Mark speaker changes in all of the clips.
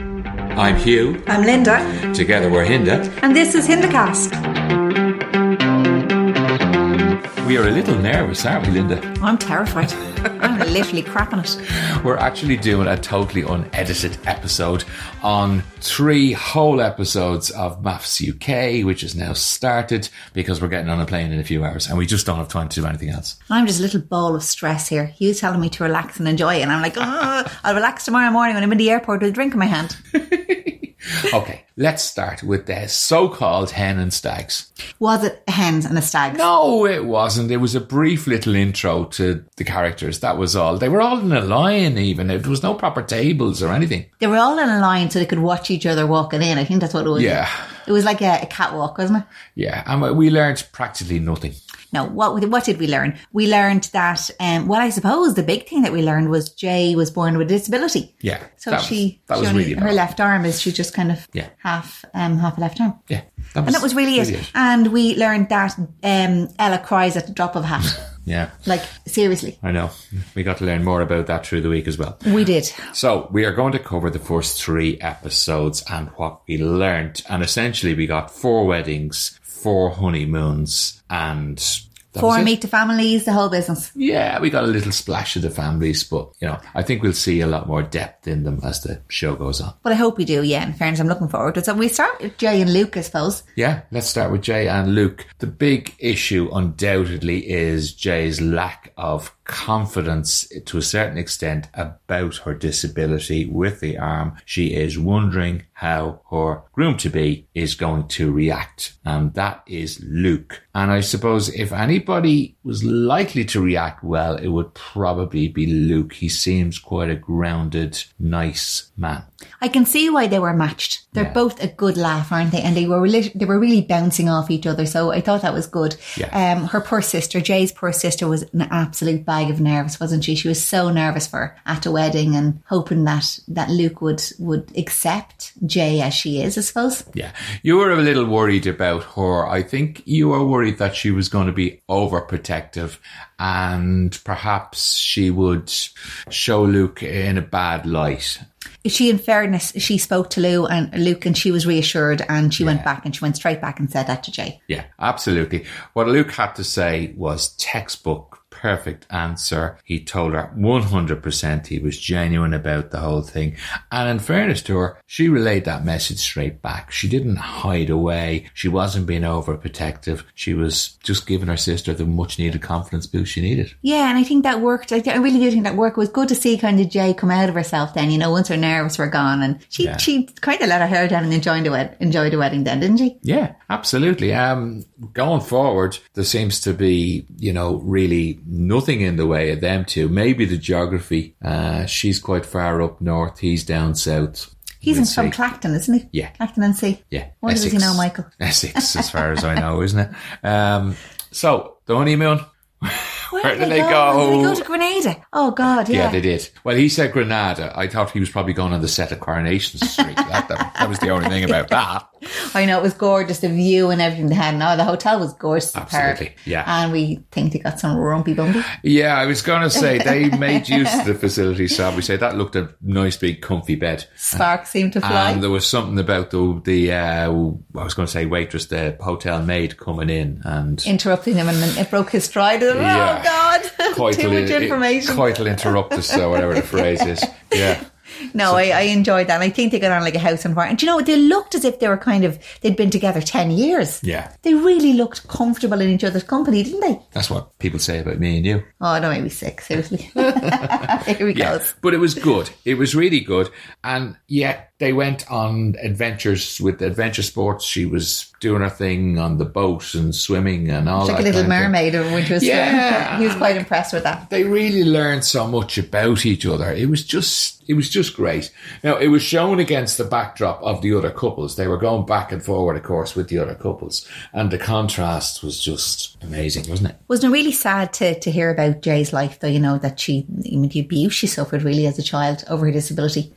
Speaker 1: I'm Hugh.
Speaker 2: I'm Linda,
Speaker 1: Together we're Hinda.
Speaker 2: and this is Hindacast.
Speaker 1: We are a little nervous, aren't we, Linda?
Speaker 2: I'm terrified. I'm literally crapping it.
Speaker 1: We're actually doing a totally unedited episode on three whole episodes of Maths UK, which has now started because we're getting on a plane in a few hours and we just don't have time to do anything else.
Speaker 2: I'm just a little ball of stress here. Hugh's telling me to relax and enjoy it, and I'm like, "Ugh, I'll relax tomorrow morning when I'm in the airport with a drink in my hand.
Speaker 1: Okay, let's start with the so called hen and stags.
Speaker 2: Was it a hens and a stag?
Speaker 1: No, it wasn't. It was a brief little intro to the characters. That was all. They were all in a line, even. There was no proper tables or anything.
Speaker 2: They were all in a line so they could watch each other walking in. I think that's what it was.
Speaker 1: Yeah.
Speaker 2: It was like a, a catwalk, wasn't it?
Speaker 1: Yeah, and we learned practically nothing.
Speaker 2: No, what what did we learn? We learned that, um, well, I suppose the big thing that we learned was Jay was born with a disability.
Speaker 1: Yeah,
Speaker 2: So
Speaker 1: that was-
Speaker 2: she,
Speaker 1: that
Speaker 2: she
Speaker 1: was
Speaker 2: only,
Speaker 1: really
Speaker 2: her
Speaker 1: bad.
Speaker 2: left arm is she's just kind of
Speaker 1: Yeah.
Speaker 2: half um half a left arm.
Speaker 1: Yeah,
Speaker 2: And that was really it. And we learned that um, Ella cries at the drop of a hat.
Speaker 1: Yeah,
Speaker 2: like, seriously.
Speaker 1: I know. We got to learn more about that through the week as well.
Speaker 2: We did.
Speaker 1: So we are going to cover the first three episodes and what we learnt. And essentially, we got four weddings, four honeymoons, and that was
Speaker 2: Four
Speaker 1: it.
Speaker 2: meet the families, the whole business.
Speaker 1: Yeah, we got a little splash of the families, but you know, I think we'll see a lot more depth in them as the show goes on.
Speaker 2: But I hope we do, yeah, in fairness, I'm looking forward to it. So we start with Jay and Luke, I suppose.
Speaker 1: Yeah, let's start with Jay and Luke. The big issue, undoubtedly, is Jay's lack of confidence to a certain extent about her disability with the arm. She is wondering how her groom to be is going to react, and that is Luke. And I suppose if anybody was likely to react well, it would probably be Luke. He seems quite a grounded, nice man.
Speaker 2: I can see why they were matched. They're
Speaker 1: Yeah.
Speaker 2: both a good laugh, aren't they? And they were really, they were really bouncing off each other. So I thought that was good.
Speaker 1: Yeah.
Speaker 2: Um, her poor sister, Jay's poor sister, was an absolute bag of nerves, wasn't she? She was so nervous for her at the wedding and hoping that that Luke would would accept Jay as she is, I suppose.
Speaker 1: Yeah. You were a little worried about her. I think you were worried that she was going to be overprotective and perhaps she would show Luke in a bad light.
Speaker 2: she in fairness she spoke to Lou and Luke and she was reassured and she went back and she went straight back and said that to Jay.
Speaker 1: Yeah, absolutely. What Luke had to say was textbook perfect answer. He told her 100% he was genuine about the whole thing. And in fairness to her, she relayed that message straight back. She didn't hide away. She wasn't being overprotective. She was just giving her sister the much needed confidence boost she needed.
Speaker 2: Yeah, and I think that worked. I, I really do think that worked. It was good to see kind of Jay come out of herself then, you know, once her nerves were gone and she
Speaker 1: Yeah.
Speaker 2: she kind of let her hair down and enjoyed the, wed- enjoyed the wedding then, didn't she?
Speaker 1: Yeah, absolutely. Um, going forward, there seems to be, you know, really nothing in the way of them two. Maybe the geography. Uh, she's quite far up north. He's down south.
Speaker 2: He's in
Speaker 1: We'll
Speaker 2: from
Speaker 1: see.
Speaker 2: Clacton, isn't he?
Speaker 1: Yeah.
Speaker 2: Clacton and Sea.
Speaker 1: Yeah.
Speaker 2: Wonder does he
Speaker 1: Essex.
Speaker 2: know Michael?
Speaker 1: Essex, as far as I know, isn't it? Um, so the honeymoon. Where
Speaker 2: did
Speaker 1: did they
Speaker 2: Did they
Speaker 1: go?
Speaker 2: go to Grenada? Oh God, yeah.
Speaker 1: Yeah, they did. Well, he said Granada. I thought he was probably going on the set of Coronation Street. that, that, that was the only thing about that.
Speaker 2: I know it was gorgeous, the view and everything they had. and all the hotel was gorgeous, superb.
Speaker 1: Absolutely, yeah.
Speaker 2: And we think they got some rumpy bumpy.
Speaker 1: Yeah, I was going to say they made use of the facility. So we say that looked a nice, big, comfy bed.
Speaker 2: Sparks seemed to fly.
Speaker 1: And there was something about the the uh, I was going to say waitress, the hotel maid coming in and
Speaker 2: interrupting him and then it broke his stride. And,
Speaker 1: Yeah.
Speaker 2: Oh God, too much information.
Speaker 1: Coital interruptus, or whatever the phrase is. Yeah,
Speaker 2: no, I, I enjoyed that. And I think they got on like a house on fire. And do you know, what? they looked as if they were kind of they'd been together ten years.
Speaker 1: yeah.
Speaker 2: They really looked comfortable in each other's company, didn't they?
Speaker 1: That's what people say about me and you.
Speaker 2: Oh, don't make me sick. Seriously, here we
Speaker 1: Yeah,
Speaker 2: go.
Speaker 1: but it was good. It was really good. And yet they went on adventures with adventure sports. She was doing her thing on the boat and swimming and all
Speaker 2: Like
Speaker 1: that
Speaker 2: a little
Speaker 1: kind of thing.
Speaker 2: mermaid or winter
Speaker 1: Yeah.
Speaker 2: He was quite impressed with that.
Speaker 1: they really learned so much about each other. It was just, it was just great. Now it was shown against the backdrop of the other couples. They were going back and forward, of course, with the other couples, and the contrast was just amazing, wasn't it?
Speaker 2: Wasn't it really sad to, to hear about Jay's life though, you know, that she I mean the abuse she suffered really as a child over her disability.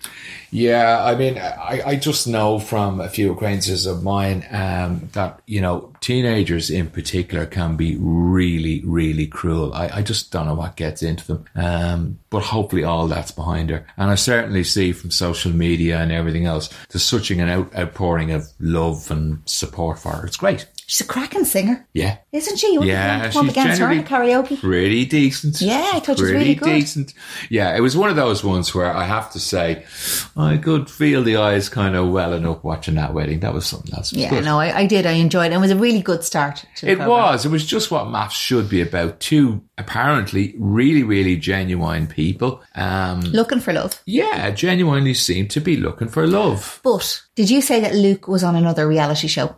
Speaker 1: Yeah, I mean, I, I just know from a few acquaintances of mine um, that, you know, teenagers in particular can be really, really cruel. I, I just don't know what gets into them. Um, but hopefully all that's behind her. And I certainly see from social media and everything else, there's such an out, outpouring of love and support for her. It's great.
Speaker 2: She's a cracking singer,
Speaker 1: Yeah.
Speaker 2: isn't she? You wouldn't
Speaker 1: Yeah,
Speaker 2: want to perform
Speaker 1: she's
Speaker 2: against her in a
Speaker 1: generally-
Speaker 2: karaoke.
Speaker 1: Pretty decent.
Speaker 2: Yeah, I thought she was
Speaker 1: Pretty
Speaker 2: really good.
Speaker 1: decent. Yeah, it was one of those ones where I have to say, I could feel the eyes kind of welling up watching that wedding. That was something else. It was
Speaker 2: Yeah,
Speaker 1: good.
Speaker 2: no, I, I did. I enjoyed it. It was a really good start to the
Speaker 1: It
Speaker 2: programme.
Speaker 1: was. It was just what maths should be about. Two apparently really, really genuine people. Um,
Speaker 2: Looking for love.
Speaker 1: yeah, genuinely seem to be looking for love.
Speaker 2: But did you say that Luke was on another reality show?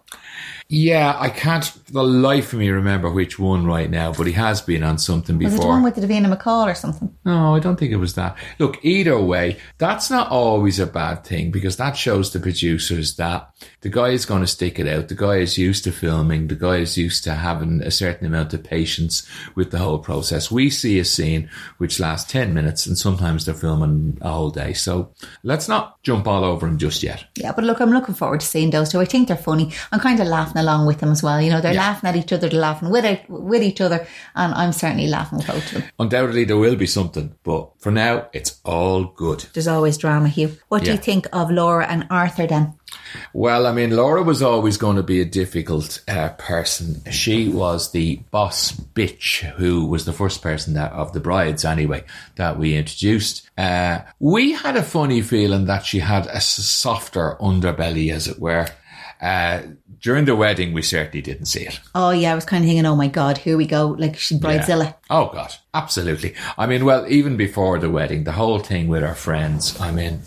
Speaker 1: Yeah, I can't for the life of me remember which one right now, but he has been on something
Speaker 2: Was
Speaker 1: before.
Speaker 2: it the one with the Davina McCall or something?
Speaker 1: No, I don't think it was that. Look, either way, that's not always a bad thing because that shows the producers that the guy is going to stick it out. The guy is used to filming. The guy is used to having a certain amount of patience with the whole process. We see a scene which lasts 10 minutes and sometimes they're filming a whole day. So let's not jump all over him just yet.
Speaker 2: Yeah, but look, I'm looking forward to seeing those two. I think they're funny. I'm kind of laughing along with them as well. You know, they're laughing at each other, they're laughing with, it- with each other, and I'm certainly laughing with both of them.
Speaker 1: Undoubtedly, there will be something, but for now, it's all good.
Speaker 2: There's always drama, Hugh. What do you
Speaker 1: Yeah.
Speaker 2: think of Laura and Arthur then?
Speaker 1: Well, I mean, Laura was always going to be a difficult uh, person. She was the boss bitch, who was the first person that of the brides, anyway, that we introduced. Uh, we had a funny feeling that she had a s- softer underbelly, as it were. Uh, during the wedding, we certainly didn't see it.
Speaker 2: Oh, yeah, I was kind of thinking, oh my God, here we go. Like, she's Bridezilla.
Speaker 1: Oh God, absolutely. I mean, well, even before the wedding, the whole thing with our friends. I mean,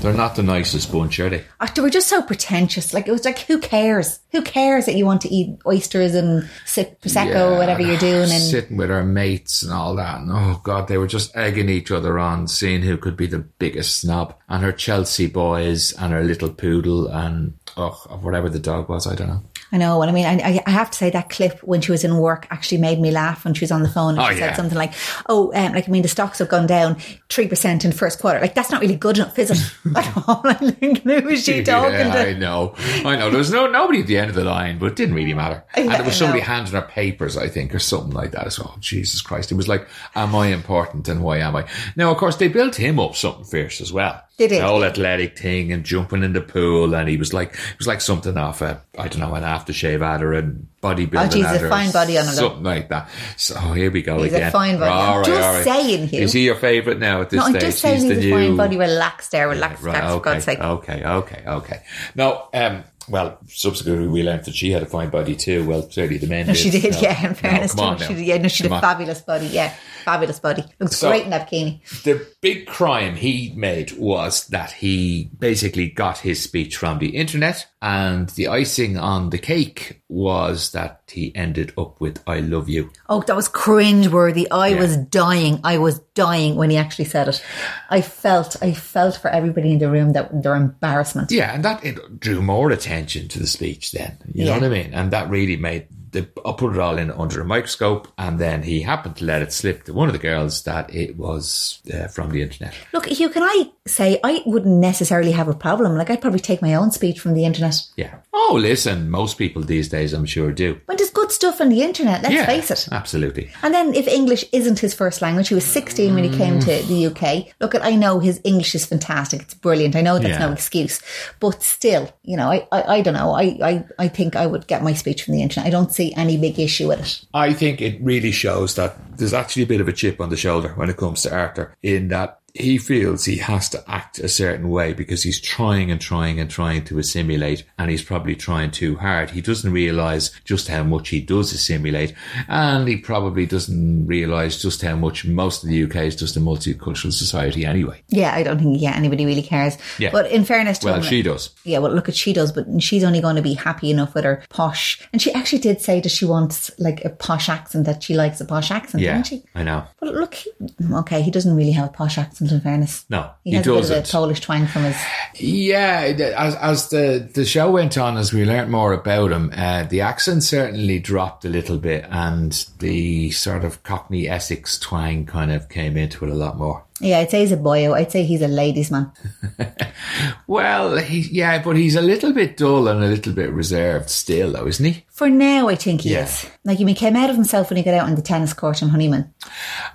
Speaker 1: they're not the nicest bunch, are they?
Speaker 2: Oh, they were just so pretentious. Like, it was like, who cares? Who cares that you want to eat oysters and sip Prosecco,
Speaker 1: Yeah,
Speaker 2: whatever you're doing? And
Speaker 1: sitting with our mates and all that. And oh god, they were just egging each other on, seeing who could be the biggest snob. And her Chelsea boys and her little poodle and oh, whatever the dog was, I don't know.
Speaker 2: I know what I mean. I- I, I have to say that clip when she was in work actually made me laugh when she was on the phone and
Speaker 1: Oh,
Speaker 2: she said
Speaker 1: yeah.
Speaker 2: something like, "Oh, um, like I mean, the stocks have gone down three percent in first quarter. Like that's not really good enough, is it?" Like, all I think, who is she talking
Speaker 1: yeah,
Speaker 2: to?
Speaker 1: I know, I know. There was no nobody at the end of the line, but it didn't really matter. And
Speaker 2: Yeah,
Speaker 1: there was
Speaker 2: I
Speaker 1: somebody
Speaker 2: know.
Speaker 1: handing her papers, I think, or something like that as well. Jesus Christ, it was like, am I important and why am I? Now, of course, they built him up something fierce as well.
Speaker 2: They did.
Speaker 1: The whole athletic thing and jumping in the pool, and he was like, it was like something off a, I don't know, an aftershave ad or a bodybuilder.
Speaker 2: Oh, geez,
Speaker 1: ad
Speaker 2: a
Speaker 1: or
Speaker 2: fine body on it.
Speaker 1: Something like that. So here we go
Speaker 2: He's a
Speaker 1: again.
Speaker 2: fine body.
Speaker 1: All right,
Speaker 2: Just
Speaker 1: all right.
Speaker 2: saying, Hugh.
Speaker 1: Is he your favourite now at this
Speaker 2: No, I'm
Speaker 1: stage?
Speaker 2: just saying
Speaker 1: he's
Speaker 2: he's,
Speaker 1: the
Speaker 2: a fine
Speaker 1: new-
Speaker 2: body. Relax there, relax,
Speaker 1: Right.
Speaker 2: relax, for
Speaker 1: Okay. oh,
Speaker 2: God's sake.
Speaker 1: Okay. Okay. Okay. Now, um, well, subsequently we learned that she had a fine body too. Well, clearly the men.
Speaker 2: No, she did, yeah. In
Speaker 1: No,
Speaker 2: fairness,
Speaker 1: come on
Speaker 2: to her,
Speaker 1: now.
Speaker 2: she did, yeah, no, she did
Speaker 1: Come
Speaker 2: a
Speaker 1: on.
Speaker 2: fabulous body, yeah, fabulous body. Looks
Speaker 1: So-
Speaker 2: great in that bikini.
Speaker 1: The big crime he made was that he basically got his speech from the internet, and the icing on the cake was that he ended up with "I love you."
Speaker 2: Oh, that was cringeworthy. I
Speaker 1: Yeah.
Speaker 2: was dying. I was dying when he actually said it. I felt, I felt for everybody in the room that their embarrassment.
Speaker 1: Yeah, and that it drew more attention to the speech then. You
Speaker 2: Yeah.
Speaker 1: know what I mean? And that really made the I put it all in under a microscope and then he happened to let it slip to one of the girls that it was uh, from the internet.
Speaker 2: Look, Hugh, can I say I wouldn't necessarily have a problem. Like I'd probably take my own speech from the internet.
Speaker 1: Yeah. Oh, listen, most people these days I'm sure do.
Speaker 2: But there's good stuff on the internet. Let's
Speaker 1: yeah.
Speaker 2: face it.
Speaker 1: Absolutely.
Speaker 2: And then if English isn't his first language, he was 16 when he came to the UK. Look, at I know his English is fantastic. It's brilliant. I know that's
Speaker 1: Yeah.
Speaker 2: no excuse. But still, you know, I, I, I don't know. I, I, I think I would get my speech from the internet. I don't see any big issue with it.
Speaker 1: I think it really shows that there's actually a bit of a chip on the shoulder when it comes to Arthur in that he feels he has to act a certain way because he's trying and trying and trying to assimilate and he's probably trying too hard. He doesn't realize just how much he does assimilate and he probably doesn't realize just how much most of the UK is just a multicultural society anyway.
Speaker 2: Yeah, I don't think yeah anybody really cares.
Speaker 1: Yeah.
Speaker 2: But in fairness to
Speaker 1: Well,
Speaker 2: him,
Speaker 1: she does.
Speaker 2: yeah, well, look at she does, but she's only going to be happy enough with her posh. And she actually did say that she wants like a posh accent that she likes a posh accent,
Speaker 1: Yeah.
Speaker 2: didn't she?
Speaker 1: I know.
Speaker 2: But look, he, okay, he doesn't really have a posh accent. doesn't, in fairness.
Speaker 1: No,
Speaker 2: He,
Speaker 1: he
Speaker 2: has a bit of a
Speaker 1: doesn't.
Speaker 2: Polish twang from his.
Speaker 1: Yeah, the- as as the the show went on, as we learnt more about him, uh, the accent certainly dropped a little bit, and the sort of Cockney Essex twang kind of came into it a lot more.
Speaker 2: Yeah, I'd say he's a boyo. I'd say he's a ladies' man.
Speaker 1: Well, he, yeah, but he's a little bit dull and a little bit reserved still, though, isn't he?
Speaker 2: For now, I think he
Speaker 1: Yeah.
Speaker 2: is. Like, he came out of himself when he got out on the tennis court in Honeyman.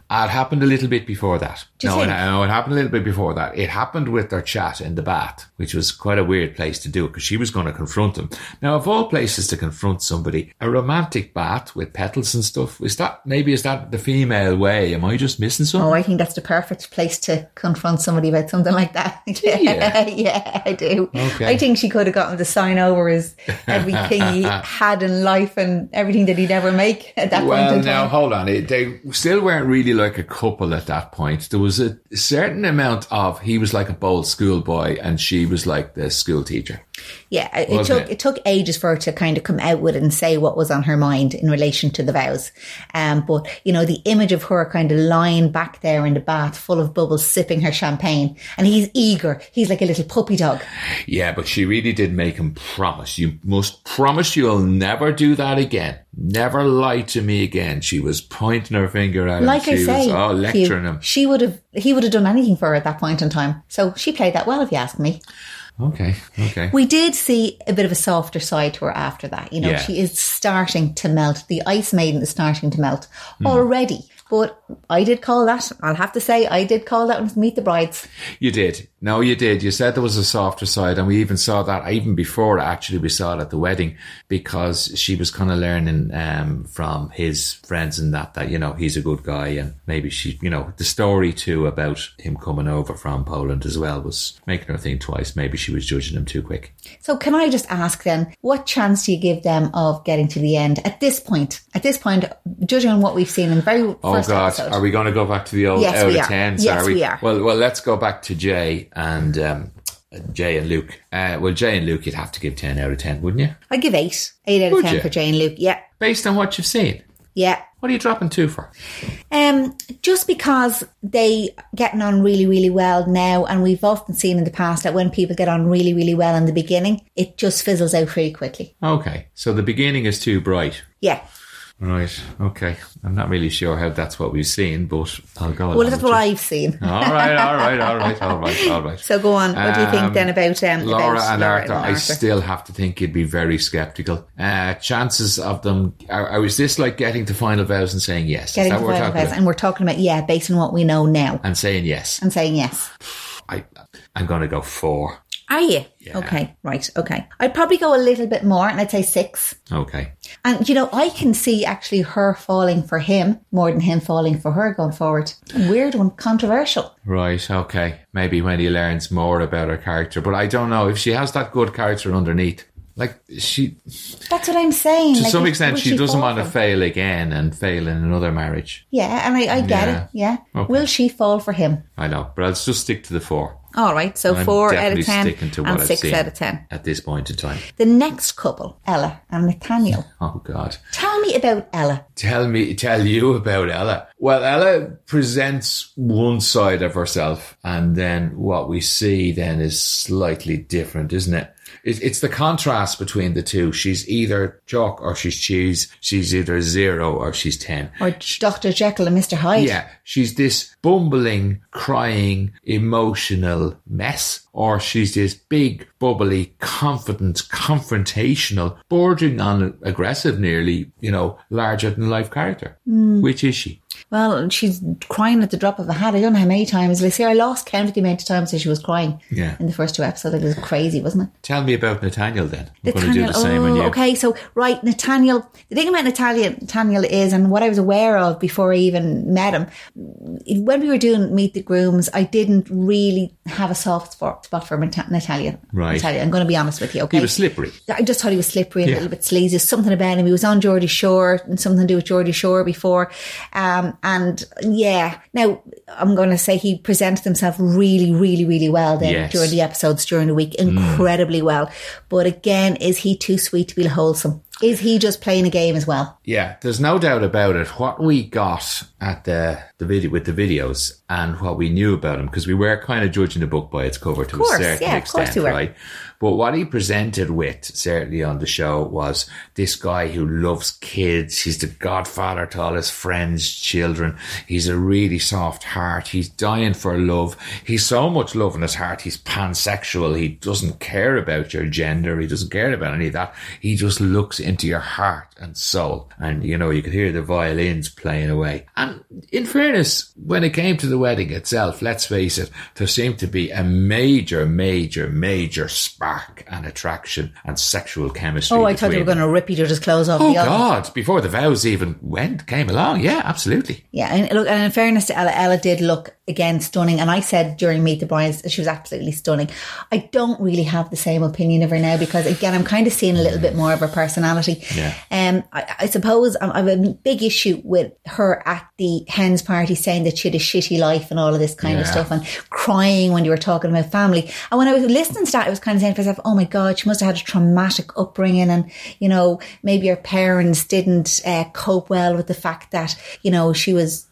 Speaker 1: Ah, It happened a little bit before that.
Speaker 2: Do you
Speaker 1: no,
Speaker 2: think?
Speaker 1: no, it happened a little bit before that. It happened with their chat in the bath, which was quite a weird place to do because she was going to confront him. Now, of all places to confront somebody, a romantic bath with petals and stuff, is that maybe is that the female way? Am I just missing something?
Speaker 2: Oh, I think that's the perfect place to confront somebody about something like that. yeah, yeah, I do.
Speaker 1: Okay.
Speaker 2: I think she could have gotten to sign over his everything he had in life and everything that he'd ever make at that
Speaker 1: well,
Speaker 2: point in
Speaker 1: now
Speaker 2: time.
Speaker 1: hold on. It- They still weren't really like a couple at that point. There was a certain amount of he was like a bold schoolboy and she was like the school teacher.
Speaker 2: Yeah, it, it
Speaker 1: Wasn't
Speaker 2: took
Speaker 1: it?
Speaker 2: it? took ages for her to kind of come out with it and say what was on her mind in relation to the vows. Um, but you know, the image of her kind of lying back there in the bath, full of bubbles, sipping her champagne, and he's eager. He's like a little puppy dog.
Speaker 1: Yeah, but she really did make him promise. You must promise you'll never do that again. Never lie to me again. She was pointing her finger at him.
Speaker 2: Like
Speaker 1: she
Speaker 2: I say,
Speaker 1: was oh, lecturing
Speaker 2: he-
Speaker 1: him.
Speaker 2: she would have he would have done anything for her at that point in time. So she played that well, if you ask me.
Speaker 1: Okay, okay.
Speaker 2: We did see a bit of a softer side to her after that. You know,
Speaker 1: Yeah.
Speaker 2: she is starting to melt. The ice maiden is starting to melt
Speaker 1: Hmm.
Speaker 2: already. But I did call that. I'll have to say, I did call that with Meet the Brides.
Speaker 1: You did. No, you did. You said there was a softer side, and we even saw that even before actually we saw it at the wedding because she was kind of learning um, from his friends and that that you know he's a good guy and maybe she you know the story too about him coming over from Poland as well was making her think twice. Maybe she was judging him too quick.
Speaker 2: So can I just ask then, what chance do you give them of getting to the end at this point? At this point, judging on what we've seen in the very first
Speaker 1: Oh God!
Speaker 2: episode.
Speaker 1: Are we going to go back to the old
Speaker 2: Yes,
Speaker 1: out
Speaker 2: we
Speaker 1: of
Speaker 2: are.
Speaker 1: tens?
Speaker 2: Yes,
Speaker 1: are we?
Speaker 2: we are.
Speaker 1: Well, well, let's go back to Jay and um, Jay and Luke. Uh, well, Jay and Luke, you'd have to give ten out of ten, wouldn't you?
Speaker 2: I give eight. Eight out of
Speaker 1: Would
Speaker 2: ten
Speaker 1: you?
Speaker 2: for Jane Luke. Yeah.
Speaker 1: Based on what you've seen,
Speaker 2: Yeah.
Speaker 1: what are you dropping two for?
Speaker 2: Um, just because they getting on really, really well now, and we've often seen in the past that when people get on really, really well in the beginning, it just fizzles out really quickly.
Speaker 1: Okay, so the beginning is too bright.
Speaker 2: Yeah.
Speaker 1: Right. Okay. I'm not really sure how that's what we've seen, but I'll go.
Speaker 2: Well,
Speaker 1: along
Speaker 2: that's
Speaker 1: with
Speaker 2: what
Speaker 1: you.
Speaker 2: I've seen.
Speaker 1: All right. All right. All right. All right. All right.
Speaker 2: So go on. What do you think
Speaker 1: Um,
Speaker 2: then about um,
Speaker 1: Laura
Speaker 2: about
Speaker 1: and Arthur, I still have to think you'd be very skeptical. Uh, chances of them, I was this like getting to final vows and saying yes?
Speaker 2: getting
Speaker 1: Is
Speaker 2: to
Speaker 1: that what we're
Speaker 2: final
Speaker 1: talking
Speaker 2: vows,
Speaker 1: about?
Speaker 2: and we're talking about yeah, based on what we know now,
Speaker 1: And saying yes.
Speaker 2: and saying yes.
Speaker 1: I, I'm going to go four.
Speaker 2: Are you? Okay, right, okay. I'd probably go a little bit more, and I'd say six.
Speaker 1: Okay.
Speaker 2: And you know, I can see actually her falling for him more than him falling for her going forward. Weird one, controversial.
Speaker 1: Right. Okay. Maybe when he learns more about her character, but I don't know if she has that good character underneath. Like she,
Speaker 2: That's what I'm saying.
Speaker 1: to some extent, she, doesn't want to fail again and fail in another marriage.
Speaker 2: Yeah, and I, I get
Speaker 1: Yeah.
Speaker 2: it. Yeah.
Speaker 1: Okay.
Speaker 2: Will she fall for him?
Speaker 1: I know, but I'll just stick to the four.
Speaker 2: All right, so
Speaker 1: I'm
Speaker 2: four out
Speaker 1: definitely
Speaker 2: of ten
Speaker 1: sticking to what
Speaker 2: and
Speaker 1: I've
Speaker 2: six
Speaker 1: seen.
Speaker 2: out of ten.
Speaker 1: at this point in time.
Speaker 2: The next couple, Ella and Nathaniel.
Speaker 1: Oh God.
Speaker 2: Tell me about Ella.
Speaker 1: tell me tell you about Ella. Well, Ella presents one side of herself, and then what we see then is slightly different, isn't it? It- It's the contrast between the two. She's either chalk or she's cheese. She's either zero or she's ten.
Speaker 2: Or Dr. Jekyll and Mr. Hyde.
Speaker 1: Yeah, she's this bumbling, crying, emotional mess, or she's this big, bubbly, confident, confrontational, bordering on aggressive, nearly, you know, larger than life character.
Speaker 2: Hmm.
Speaker 1: Which is she?
Speaker 2: Well, she's crying at the drop of a hat. I don't know how many times. Like, see, I lost count of the amount of times that she was crying
Speaker 1: Yeah.
Speaker 2: in the first two episodes. It was crazy, wasn't it?
Speaker 1: Tell me about Nathaniel then. I'm going to do
Speaker 2: Nathaniel.
Speaker 1: the same on
Speaker 2: oh,
Speaker 1: you.
Speaker 2: okay. So, right, Nathaniel. The thing about Nathaniel, Nathaniel is, and what I was aware of before I even met him, when we were doing Meet the Grooms, I didn't really have a soft spot spot for Nat- Nathaniel.
Speaker 1: Right.
Speaker 2: Nathaniel, I'm going to be honest with you. Okay.
Speaker 1: He was slippery.
Speaker 2: I just thought he was slippery and
Speaker 1: Yeah.
Speaker 2: a little bit sleazy. There's Something about him. He was on Geordie Shore and something to do with Geordie Shore before. Um, and yeah, now I'm going to say he presented himself really, really, really well then
Speaker 1: Yes. Mm.
Speaker 2: during the episodes during the week. Incredibly well. But again, is he too sweet to be wholesome? Is he just playing a game as well?
Speaker 1: Yeah, there's no doubt about it. What we got at the the video with the videos and what we knew about him, because we were kind of judging the book by its cover to
Speaker 2: course,
Speaker 1: a certain
Speaker 2: yeah, of course
Speaker 1: extent,
Speaker 2: we were.
Speaker 1: right? But what he presented with, certainly on the show, was this guy who loves kids. He's the godfather to all his friends' children. He's a really soft heart. He's dying for love. He's so much love in his heart. He's pansexual. He doesn't care about your gender. He doesn't care about any of that. He just looks into your heart and soul. And, you know, you could hear the violins playing away. And in fairness, when it came to the wedding itself, let's face it, there seemed to be a major, major, major spark and attraction and sexual chemistry.
Speaker 2: Oh, I thought they were
Speaker 1: between
Speaker 2: going to rip each other's clothes off
Speaker 1: Oh
Speaker 2: the altar.
Speaker 1: God! Before the vows even went, came along. Yeah, absolutely.
Speaker 2: Yeah, and look, and in fairness to Ella, Ella did look again stunning. And I said during Meet the Brides, she was absolutely stunning. I don't really have the same opinion of her now because again, I'm kind of seeing a little bit more of her personality.
Speaker 1: Yeah.
Speaker 2: Um, I, I suppose I, I have a big issue with her at the hens party saying that she had a shitty life and all of this kind of
Speaker 1: Yeah.
Speaker 2: stuff and crying when you were talking about family. And when I was listening to that, I was kind of saying to myself, oh my God, she must have had a traumatic upbringing. And, you know, maybe her parents didn't uh, cope well with the fact that, you know, she was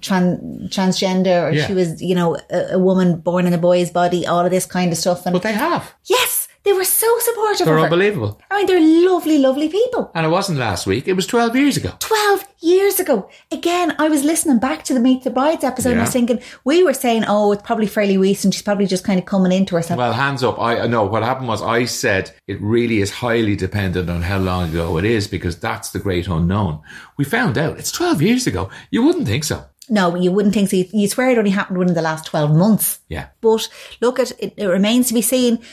Speaker 2: tran- transgender or
Speaker 1: Yeah.
Speaker 2: she was, you know, a, a woman born in a boy's body, all of this kind of stuff. And
Speaker 1: But they have.
Speaker 2: yes, they were so supportive
Speaker 1: They're
Speaker 2: of her.
Speaker 1: unbelievable.
Speaker 2: I mean, they're lovely, lovely people.
Speaker 1: And it wasn't last week. It was twelve years ago.
Speaker 2: 12 years ago. Again, I was listening back to the Meet the Brides episode and I was
Speaker 1: Yeah.
Speaker 2: thinking, we were saying, oh, it's probably fairly recent. She's probably just kind of coming into herself.
Speaker 1: Well, hands up. I I know what happened was I said it really is highly dependent on how long ago it is because that's the great unknown. We found out it's 12 years ago. You wouldn't think so.
Speaker 2: no, you wouldn't think so. You- You swear it only happened within the last 12 months.
Speaker 1: Yeah.
Speaker 2: But look, at it, it remains to be seen.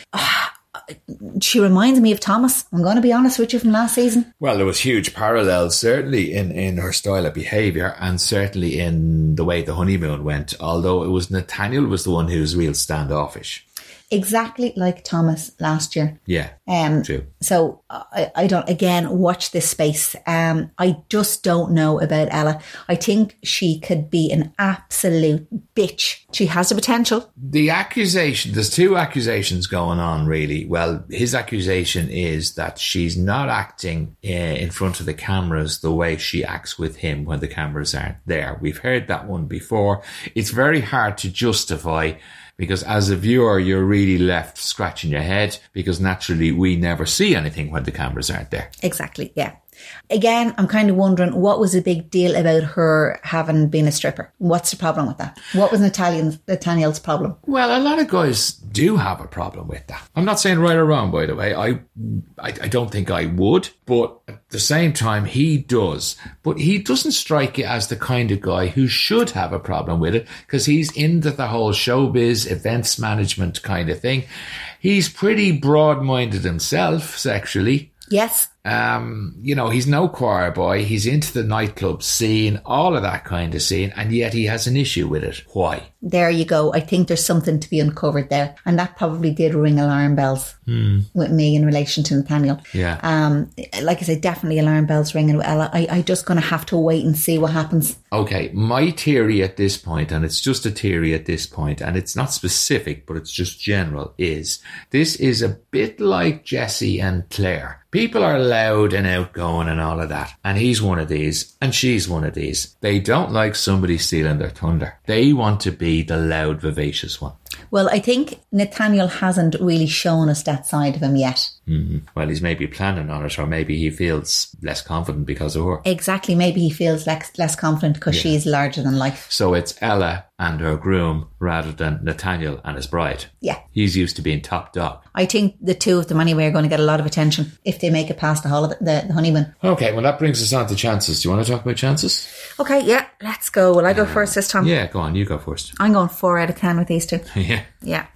Speaker 2: she reminds me of Thomas. I'm going to be honest with you from last season.
Speaker 1: Well, there was huge parallels, certainly in, in her style of behaviour and certainly in the way the honeymoon went, although it was Nathaniel was the one who was real standoffish.
Speaker 2: Exactly like Thomas last year.
Speaker 1: Yeah.
Speaker 2: Um,
Speaker 1: True.
Speaker 2: So I, I don't, again, watch this space. Um, I just don't know about Ella. I think she could be an absolute bitch. She has the potential.
Speaker 1: the accusation there's two accusations going on really well his accusation is that she's not acting uh, in front of the cameras the way she acts with him when the cameras aren't there we've heard that one before it's very hard to justify because as a viewer you're really left scratching your head because naturally we never see anything when the cameras aren't there
Speaker 2: Exactly. Yeah. Again, I'm kind of wondering what was the big deal about her having been a stripper? What's the problem with that? What was Nathaniel's, Nathaniel's problem?
Speaker 1: Well, a lot of guys do have a problem with that. I'm not saying right or wrong, by the way. I, I, I don't think I would, but at the same time, he does. But he doesn't strike you as the kind of guy who should have a problem with it because he's into the whole showbiz, events management kind of thing. He's pretty broad minded himself sexually.
Speaker 2: Yes.
Speaker 1: Um, you know, he's no choir boy. He's into the nightclub scene, all of that kind of scene, and yet he has an issue with it. Why?
Speaker 2: There you go. I think there's something to be uncovered there. And that probably did ring alarm bells with me in relation to Nathaniel.
Speaker 1: Yeah.
Speaker 2: Um, like I say, definitely alarm bells ringing with Ella. I, I just going to have to wait and see what happens.
Speaker 1: Okay, my theory at this point, and it's just a theory at this point, and it's not specific, but it's just general, is this is a bit like Jesse and Claire. People are loud and outgoing and all of that, and he's one of these, and she's one of these. They don't like somebody stealing their thunder. They want to be the loud, vivacious one.
Speaker 2: Well, I think Nathaniel hasn't really shown us that side of him yet.
Speaker 1: Well, he's maybe planning on it, or maybe he feels less confident because of her.
Speaker 2: Exactly. Maybe he feels less, less confident because she's larger than life.
Speaker 1: So it's Ella and her groom rather than Nathaniel and his bride.
Speaker 2: Yeah.
Speaker 1: He's used to being top dog.
Speaker 2: I think the two of them anyway are going to get a lot of attention if they make it past the, holiday, the, the honeymoon.
Speaker 1: Okay, well, that brings us on to chances. Do you want to talk about chances?
Speaker 2: Okay, yeah, let's go. Will I go first this time?
Speaker 1: Yeah, go on, you go first.
Speaker 2: I'm going four out of ten with these two.
Speaker 1: yeah.
Speaker 2: Yeah.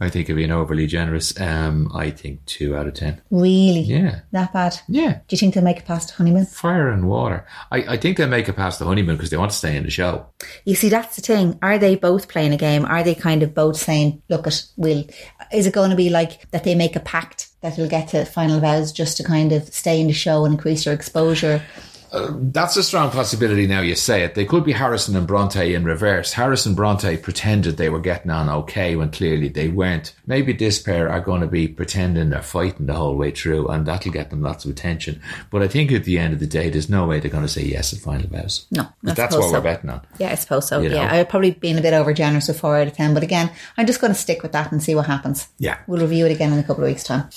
Speaker 1: I think you're being overly generous. Um, I think two out of ten.
Speaker 2: Really?
Speaker 1: Yeah.
Speaker 2: That bad?
Speaker 1: Yeah.
Speaker 2: Do you think they'll make it past the honeymoon?
Speaker 1: Fire and water. I, I think they make it past the honeymoon because they want to stay in the show.
Speaker 2: You see, that's the thing. Are they both playing a game? Are they kind of both saying, look, it will, is it going to be like that they make a pact that they'll get to final vows just to kind of stay in the show and increase their exposure?
Speaker 1: uh, that's a strong possibility now you say it. They could be Harrison and Bronte in reverse. Harrison Bronte pretended they were getting on okay when clearly they weren't. Maybe this pair are going to be pretending they're fighting the whole way through and that'll get them lots of attention. But I think at the end of the day, there's no way they're going to say yes at Final Vows.
Speaker 2: No, I
Speaker 1: 'Cause that's
Speaker 2: suppose
Speaker 1: what we're
Speaker 2: so.
Speaker 1: betting on.
Speaker 2: Yeah, I suppose so.
Speaker 1: You know.
Speaker 2: Yeah, I've probably been a bit overgenerous with four out of ten, but again, I'm just going to stick with that and see what happens.
Speaker 1: Yeah.
Speaker 2: We'll review it again in a couple of weeks' time.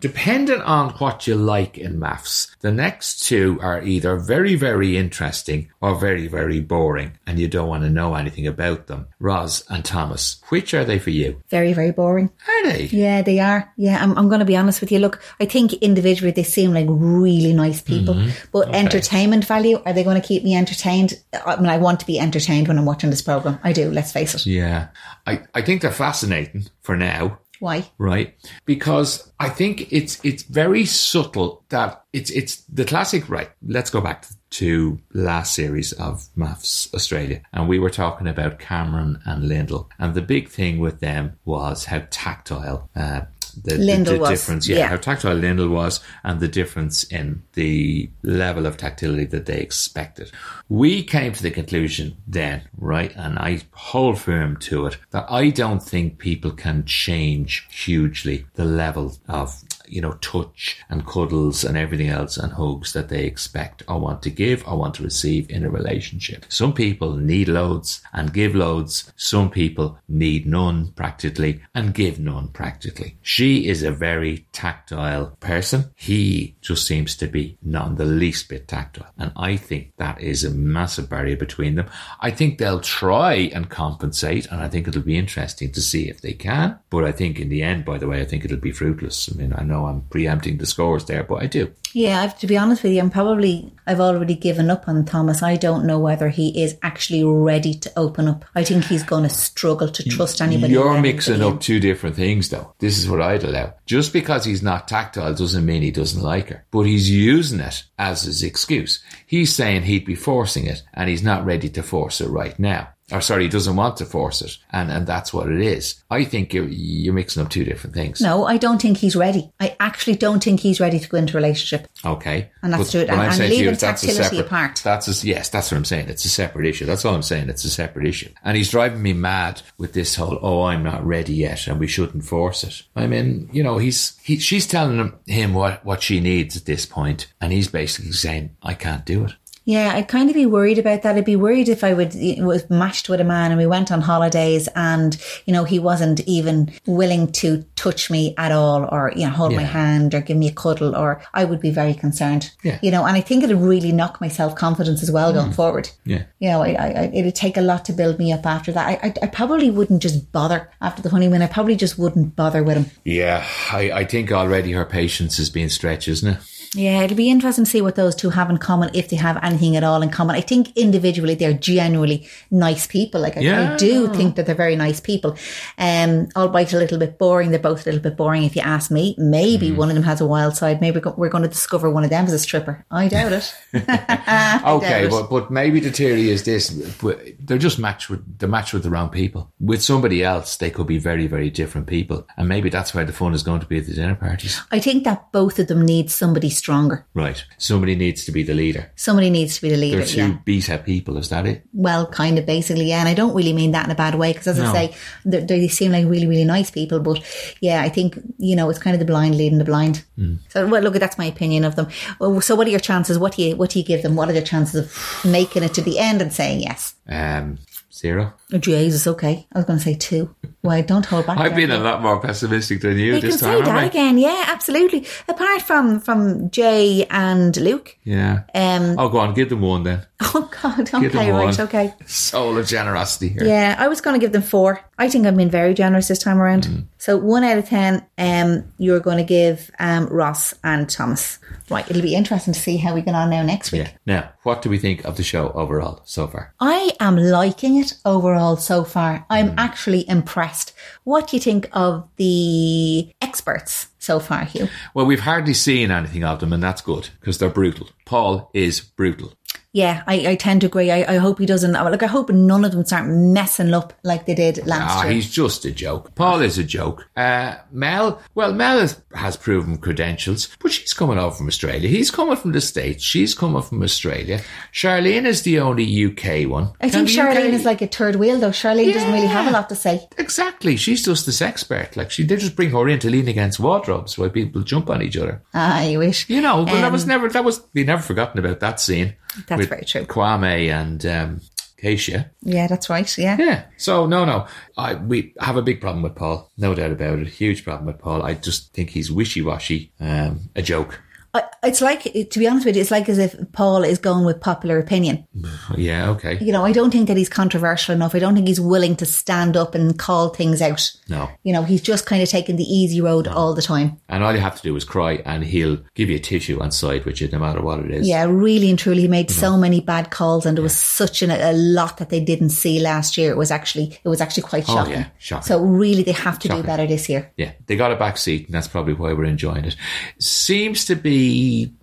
Speaker 1: Depending on what you like in maths, the next two are either very, very interesting or very, very boring, and you don't want to know anything about them. Roz and Thomas, which are they for you?
Speaker 2: Very, very boring.
Speaker 1: Are they?
Speaker 2: Yeah, they are. Yeah, I'm, I'm going to be honest with you. Look, I think individually they seem like really nice people,
Speaker 1: Mm-hmm.
Speaker 2: but entertainment value, are they going to keep me entertained? I mean, I want to be entertained when I'm watching this program. I do, let's face it.
Speaker 1: Yeah. I, I think they're fascinating for now.
Speaker 2: Why?
Speaker 1: right? Because I think it's it's very subtle that it's it's the classic right. Let's go back to last series of Maths Australia, and we were talking about Cameron and Lindell, and the big thing with them was how tactile. Uh, the, the-
Speaker 2: Lindell
Speaker 1: the
Speaker 2: was,
Speaker 1: difference, yeah,
Speaker 2: yeah.
Speaker 1: how tactile Lindell was, and the difference in the level of tactility that they expected. We came to the conclusion then, right, and I hold firm to it, that I don't think people can change hugely the level of, you know, touch and cuddles and everything else and hugs that they expect or want to give or want to receive in a relationship. Some people need loads and give loads. Some people need none practically and give none practically. She is a very tactile person. He just seems to be not in the least bit tactile. And I think that is a massive barrier between them. I think they'll try and compensate, and I think it'll be interesting to see if they can. But I think in the end, by the way, I think it'll be fruitless. I mean, I know I'm preempting the scores there, but I do.
Speaker 2: Yeah, I've, to be honest with you, I'm probably I've already given up on Thomas. I don't know whether he is actually ready to open up. I think he's going to struggle to trust anybody. or
Speaker 1: You're
Speaker 2: anybody
Speaker 1: mixing up two different things, though. This is what I'd allow. Just because he's not tactile doesn't mean he doesn't like her, but he's using it as his excuse. He's saying he'd be forcing it, and he's not ready to force it right now. Or sorry, he doesn't want to force it, and and that's what it is. I think you're you're mixing up two different things.
Speaker 2: No, I don't think he's ready. I actually don't think he's ready to go into a relationship.
Speaker 1: Okay,
Speaker 2: And that's true.
Speaker 1: what
Speaker 2: And- and
Speaker 1: saying to
Speaker 2: leaving
Speaker 1: is that's a
Speaker 2: tactility
Speaker 1: separate-
Speaker 2: apart.
Speaker 1: That's a, yes, that's what I'm saying. It's a separate issue. That's all I'm saying. It's a separate issue, and he's driving me mad with this whole "oh, I'm not ready yet, and we shouldn't force it." I mean, you know, he's he, she's telling him, him what what she needs at this point, and he's basically saying, "I can't do it."
Speaker 2: Yeah, I'd kind of be worried about that. I'd be worried if I would was matched with a man and we went on holidays and you know he wasn't even willing to touch me at all or you know hold my
Speaker 1: Yeah.
Speaker 2: hand or give me a cuddle or I would be very concerned.
Speaker 1: Yeah. Mm.
Speaker 2: You know, and I think it'd really knock my self confidence as well going forward.
Speaker 1: Yeah.
Speaker 2: You know, I, I, I- it'd take a lot to build me up after that. I, I, I probably wouldn't just bother after the honeymoon. I probably just wouldn't bother with him.
Speaker 1: Yeah, I, I think already her patience is being stretched, isn't it?
Speaker 2: Yeah, it'll be interesting to see what those two have in common, if they have anything at all in common. I think individually they're genuinely nice people. Like I, I
Speaker 1: Yeah.
Speaker 2: do think that they're very nice people. Um, albeit a little bit boring. They're both a little bit boring, if you ask me.
Speaker 1: Mm.
Speaker 2: Maybe one of them has a wild side. Maybe we're going to discover one of them as a stripper. I doubt it.
Speaker 1: Okay,
Speaker 2: doubt
Speaker 1: but, but maybe the theory is this: w- they're just matched with they're matched with the wrong people. With somebody else, they could be very very different people, and maybe that's where the fun is going to be at the dinner parties.
Speaker 2: I think that both of them need somebody stronger.
Speaker 1: Right? Somebody needs to be the leader.
Speaker 2: Somebody needs to be the leader.
Speaker 1: They're two
Speaker 2: Yeah.
Speaker 1: beta people. Is that it?
Speaker 2: well, kind of basically, yeah. And I don't really mean that in a bad way because, as I
Speaker 1: No.
Speaker 2: say, they, they seem like really, really nice people. But yeah, I think you know it's kind of the blind leading the blind.
Speaker 1: Mm.
Speaker 2: So, well, look, that's my opinion of them. Well, so, what are your chances? What do you what do you give them? What are their chances of making it to the end and saying yes?
Speaker 1: Um, zero.
Speaker 2: Oh, Jesus, okay. I was going to say two. Why don't hold back?
Speaker 1: I've
Speaker 2: there.
Speaker 1: been a lot more pessimistic than you
Speaker 2: You can
Speaker 1: this
Speaker 2: say
Speaker 1: time.
Speaker 2: that
Speaker 1: haven't I?
Speaker 2: again. Yeah, absolutely. Apart from from Jay and Luke.
Speaker 1: Yeah.
Speaker 2: Um,
Speaker 1: oh, go on, give them one then.
Speaker 2: oh God.
Speaker 1: Give them
Speaker 2: Okay, right.
Speaker 1: one.
Speaker 2: Okay.
Speaker 1: Soul of generosity here.
Speaker 2: Yeah, I was going to give them four. I think I've been very generous this time around.
Speaker 1: Mm-hmm.
Speaker 2: So one out of ten, um, you're going to give um, Ross and Thomas. Right, it'll be interesting to see how we get on now next week.
Speaker 1: yeah. Now, what do we think of the show overall so far?
Speaker 2: I am liking it overall so far. I'm
Speaker 1: Mm-hmm.
Speaker 2: actually impressed. What do you think of the experts so far, Hugh?
Speaker 1: Well, we've hardly seen anything of them, and that's good because they're brutal. Paul is brutal.
Speaker 2: Yeah, I, I tend to agree. I, I hope he doesn't. Like, I hope none of them start messing up like they did last
Speaker 1: Ah,
Speaker 2: year.
Speaker 1: he's just a joke. Paul is a joke. Uh, Mel, well, Mel has, has proven credentials, but she's coming over from Australia. He's coming from the States. She's coming from Australia. Charlene is the only UK one.
Speaker 2: I
Speaker 1: Can
Speaker 2: think
Speaker 1: the
Speaker 2: Charlene
Speaker 1: UK
Speaker 2: is like a third wheel, though. Charlene doesn't really have a
Speaker 1: Yeah.
Speaker 2: lot to say.
Speaker 1: Exactly. She's just this expert. Like, she, they just bring her in to lean against wardrobes while people jump on each other.
Speaker 2: I wish.
Speaker 1: You know, but that was
Speaker 2: Um,
Speaker 1: never, that was, we never forgotten about that scene.
Speaker 2: That's
Speaker 1: with
Speaker 2: very true.
Speaker 1: Kwame and, um, Keisha.
Speaker 2: Yeah, that's right. Yeah.
Speaker 1: Yeah. So no, no. I we have a big problem with Paul, no doubt about it. Huge problem with Paul. I just think he's wishy washy, um, a joke.
Speaker 2: I, it's like, to be honest with you, it's like as if Paul is going with popular opinion.
Speaker 1: Yeah. Okay.
Speaker 2: You know, I don't think that he's controversial enough. I don't think he's willing to stand up and call things out.
Speaker 1: No.
Speaker 2: You know, he's just kind of taking the easy road all the time.
Speaker 1: And all you have to do is cry, and he'll give you a tissue and side with you, no matter what it is.
Speaker 2: Yeah, really and truly, he made so many bad calls, and there was such an, a lot that they didn't see last year. It was actually, it was actually quite
Speaker 1: Oh,
Speaker 2: shocking.
Speaker 1: yeah, shocking.
Speaker 2: So really, they have to do better this year.
Speaker 1: Yeah, they got a back seat, and that's probably why we're enjoying it. Seems to be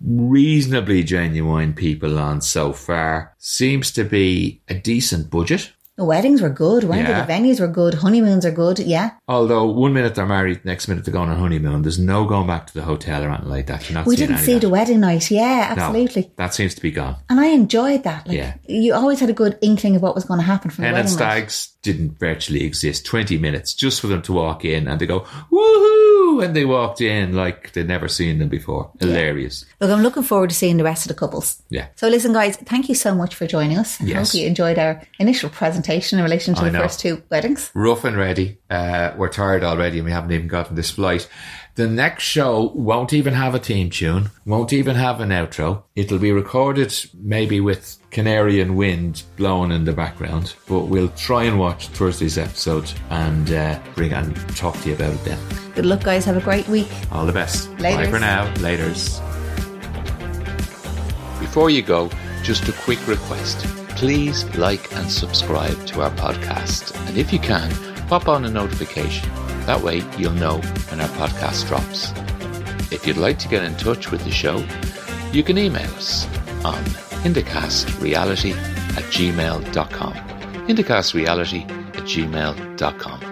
Speaker 1: reasonably genuine people on so far. Seems to be a decent budget.
Speaker 2: The weddings were good. Weren't
Speaker 1: Yeah.
Speaker 2: they? The venues were good. Honeymoons are good. Yeah,
Speaker 1: Although one minute they're married, next minute they're going on honeymoon. There's no going back to the hotel or anything like that. You're not
Speaker 2: we
Speaker 1: seeing
Speaker 2: didn't
Speaker 1: any of
Speaker 2: see
Speaker 1: that.
Speaker 2: the wedding night. Yeah,
Speaker 1: No,
Speaker 2: absolutely.
Speaker 1: that seems to be gone.
Speaker 2: And I enjoyed that. Like,
Speaker 1: Yeah.
Speaker 2: You always had a good inkling of what was going to happen from
Speaker 1: Hen
Speaker 2: the
Speaker 1: and
Speaker 2: wedding night.
Speaker 1: Stags didn't virtually exist. 20 minutes just for them to walk in and they go, woohoo! And they walked in like they'd never seen them before. Hilarious.
Speaker 2: Look, I'm looking forward to seeing the rest of the couples.
Speaker 1: Yeah.
Speaker 2: So, listen, guys, thank you so much for joining us. I
Speaker 1: Yes.
Speaker 2: hope you enjoyed our initial presentation in relation to
Speaker 1: I
Speaker 2: the
Speaker 1: know.
Speaker 2: first two weddings.
Speaker 1: Rough and ready. Uh, we're tired already and we haven't even gotten this flight. The next show won't even have a theme tune, won't even have an outro. It'll be recorded maybe with Canarian wind blowing in the background, but we'll try and watch Thursday's episode and uh, bring and talk to you about it then.
Speaker 2: Good luck, guys. Have a great week.
Speaker 1: All the best. Bye
Speaker 2: Laters.
Speaker 1: for now. Laters. Before you go, just a quick request. Please like and subscribe to our podcast. And if you can, pop on a notification. That way you'll know when our podcast drops. If you'd like to get in touch with the show, you can email us on indicastreality at gmail.com. Indicastreality at gmail.com.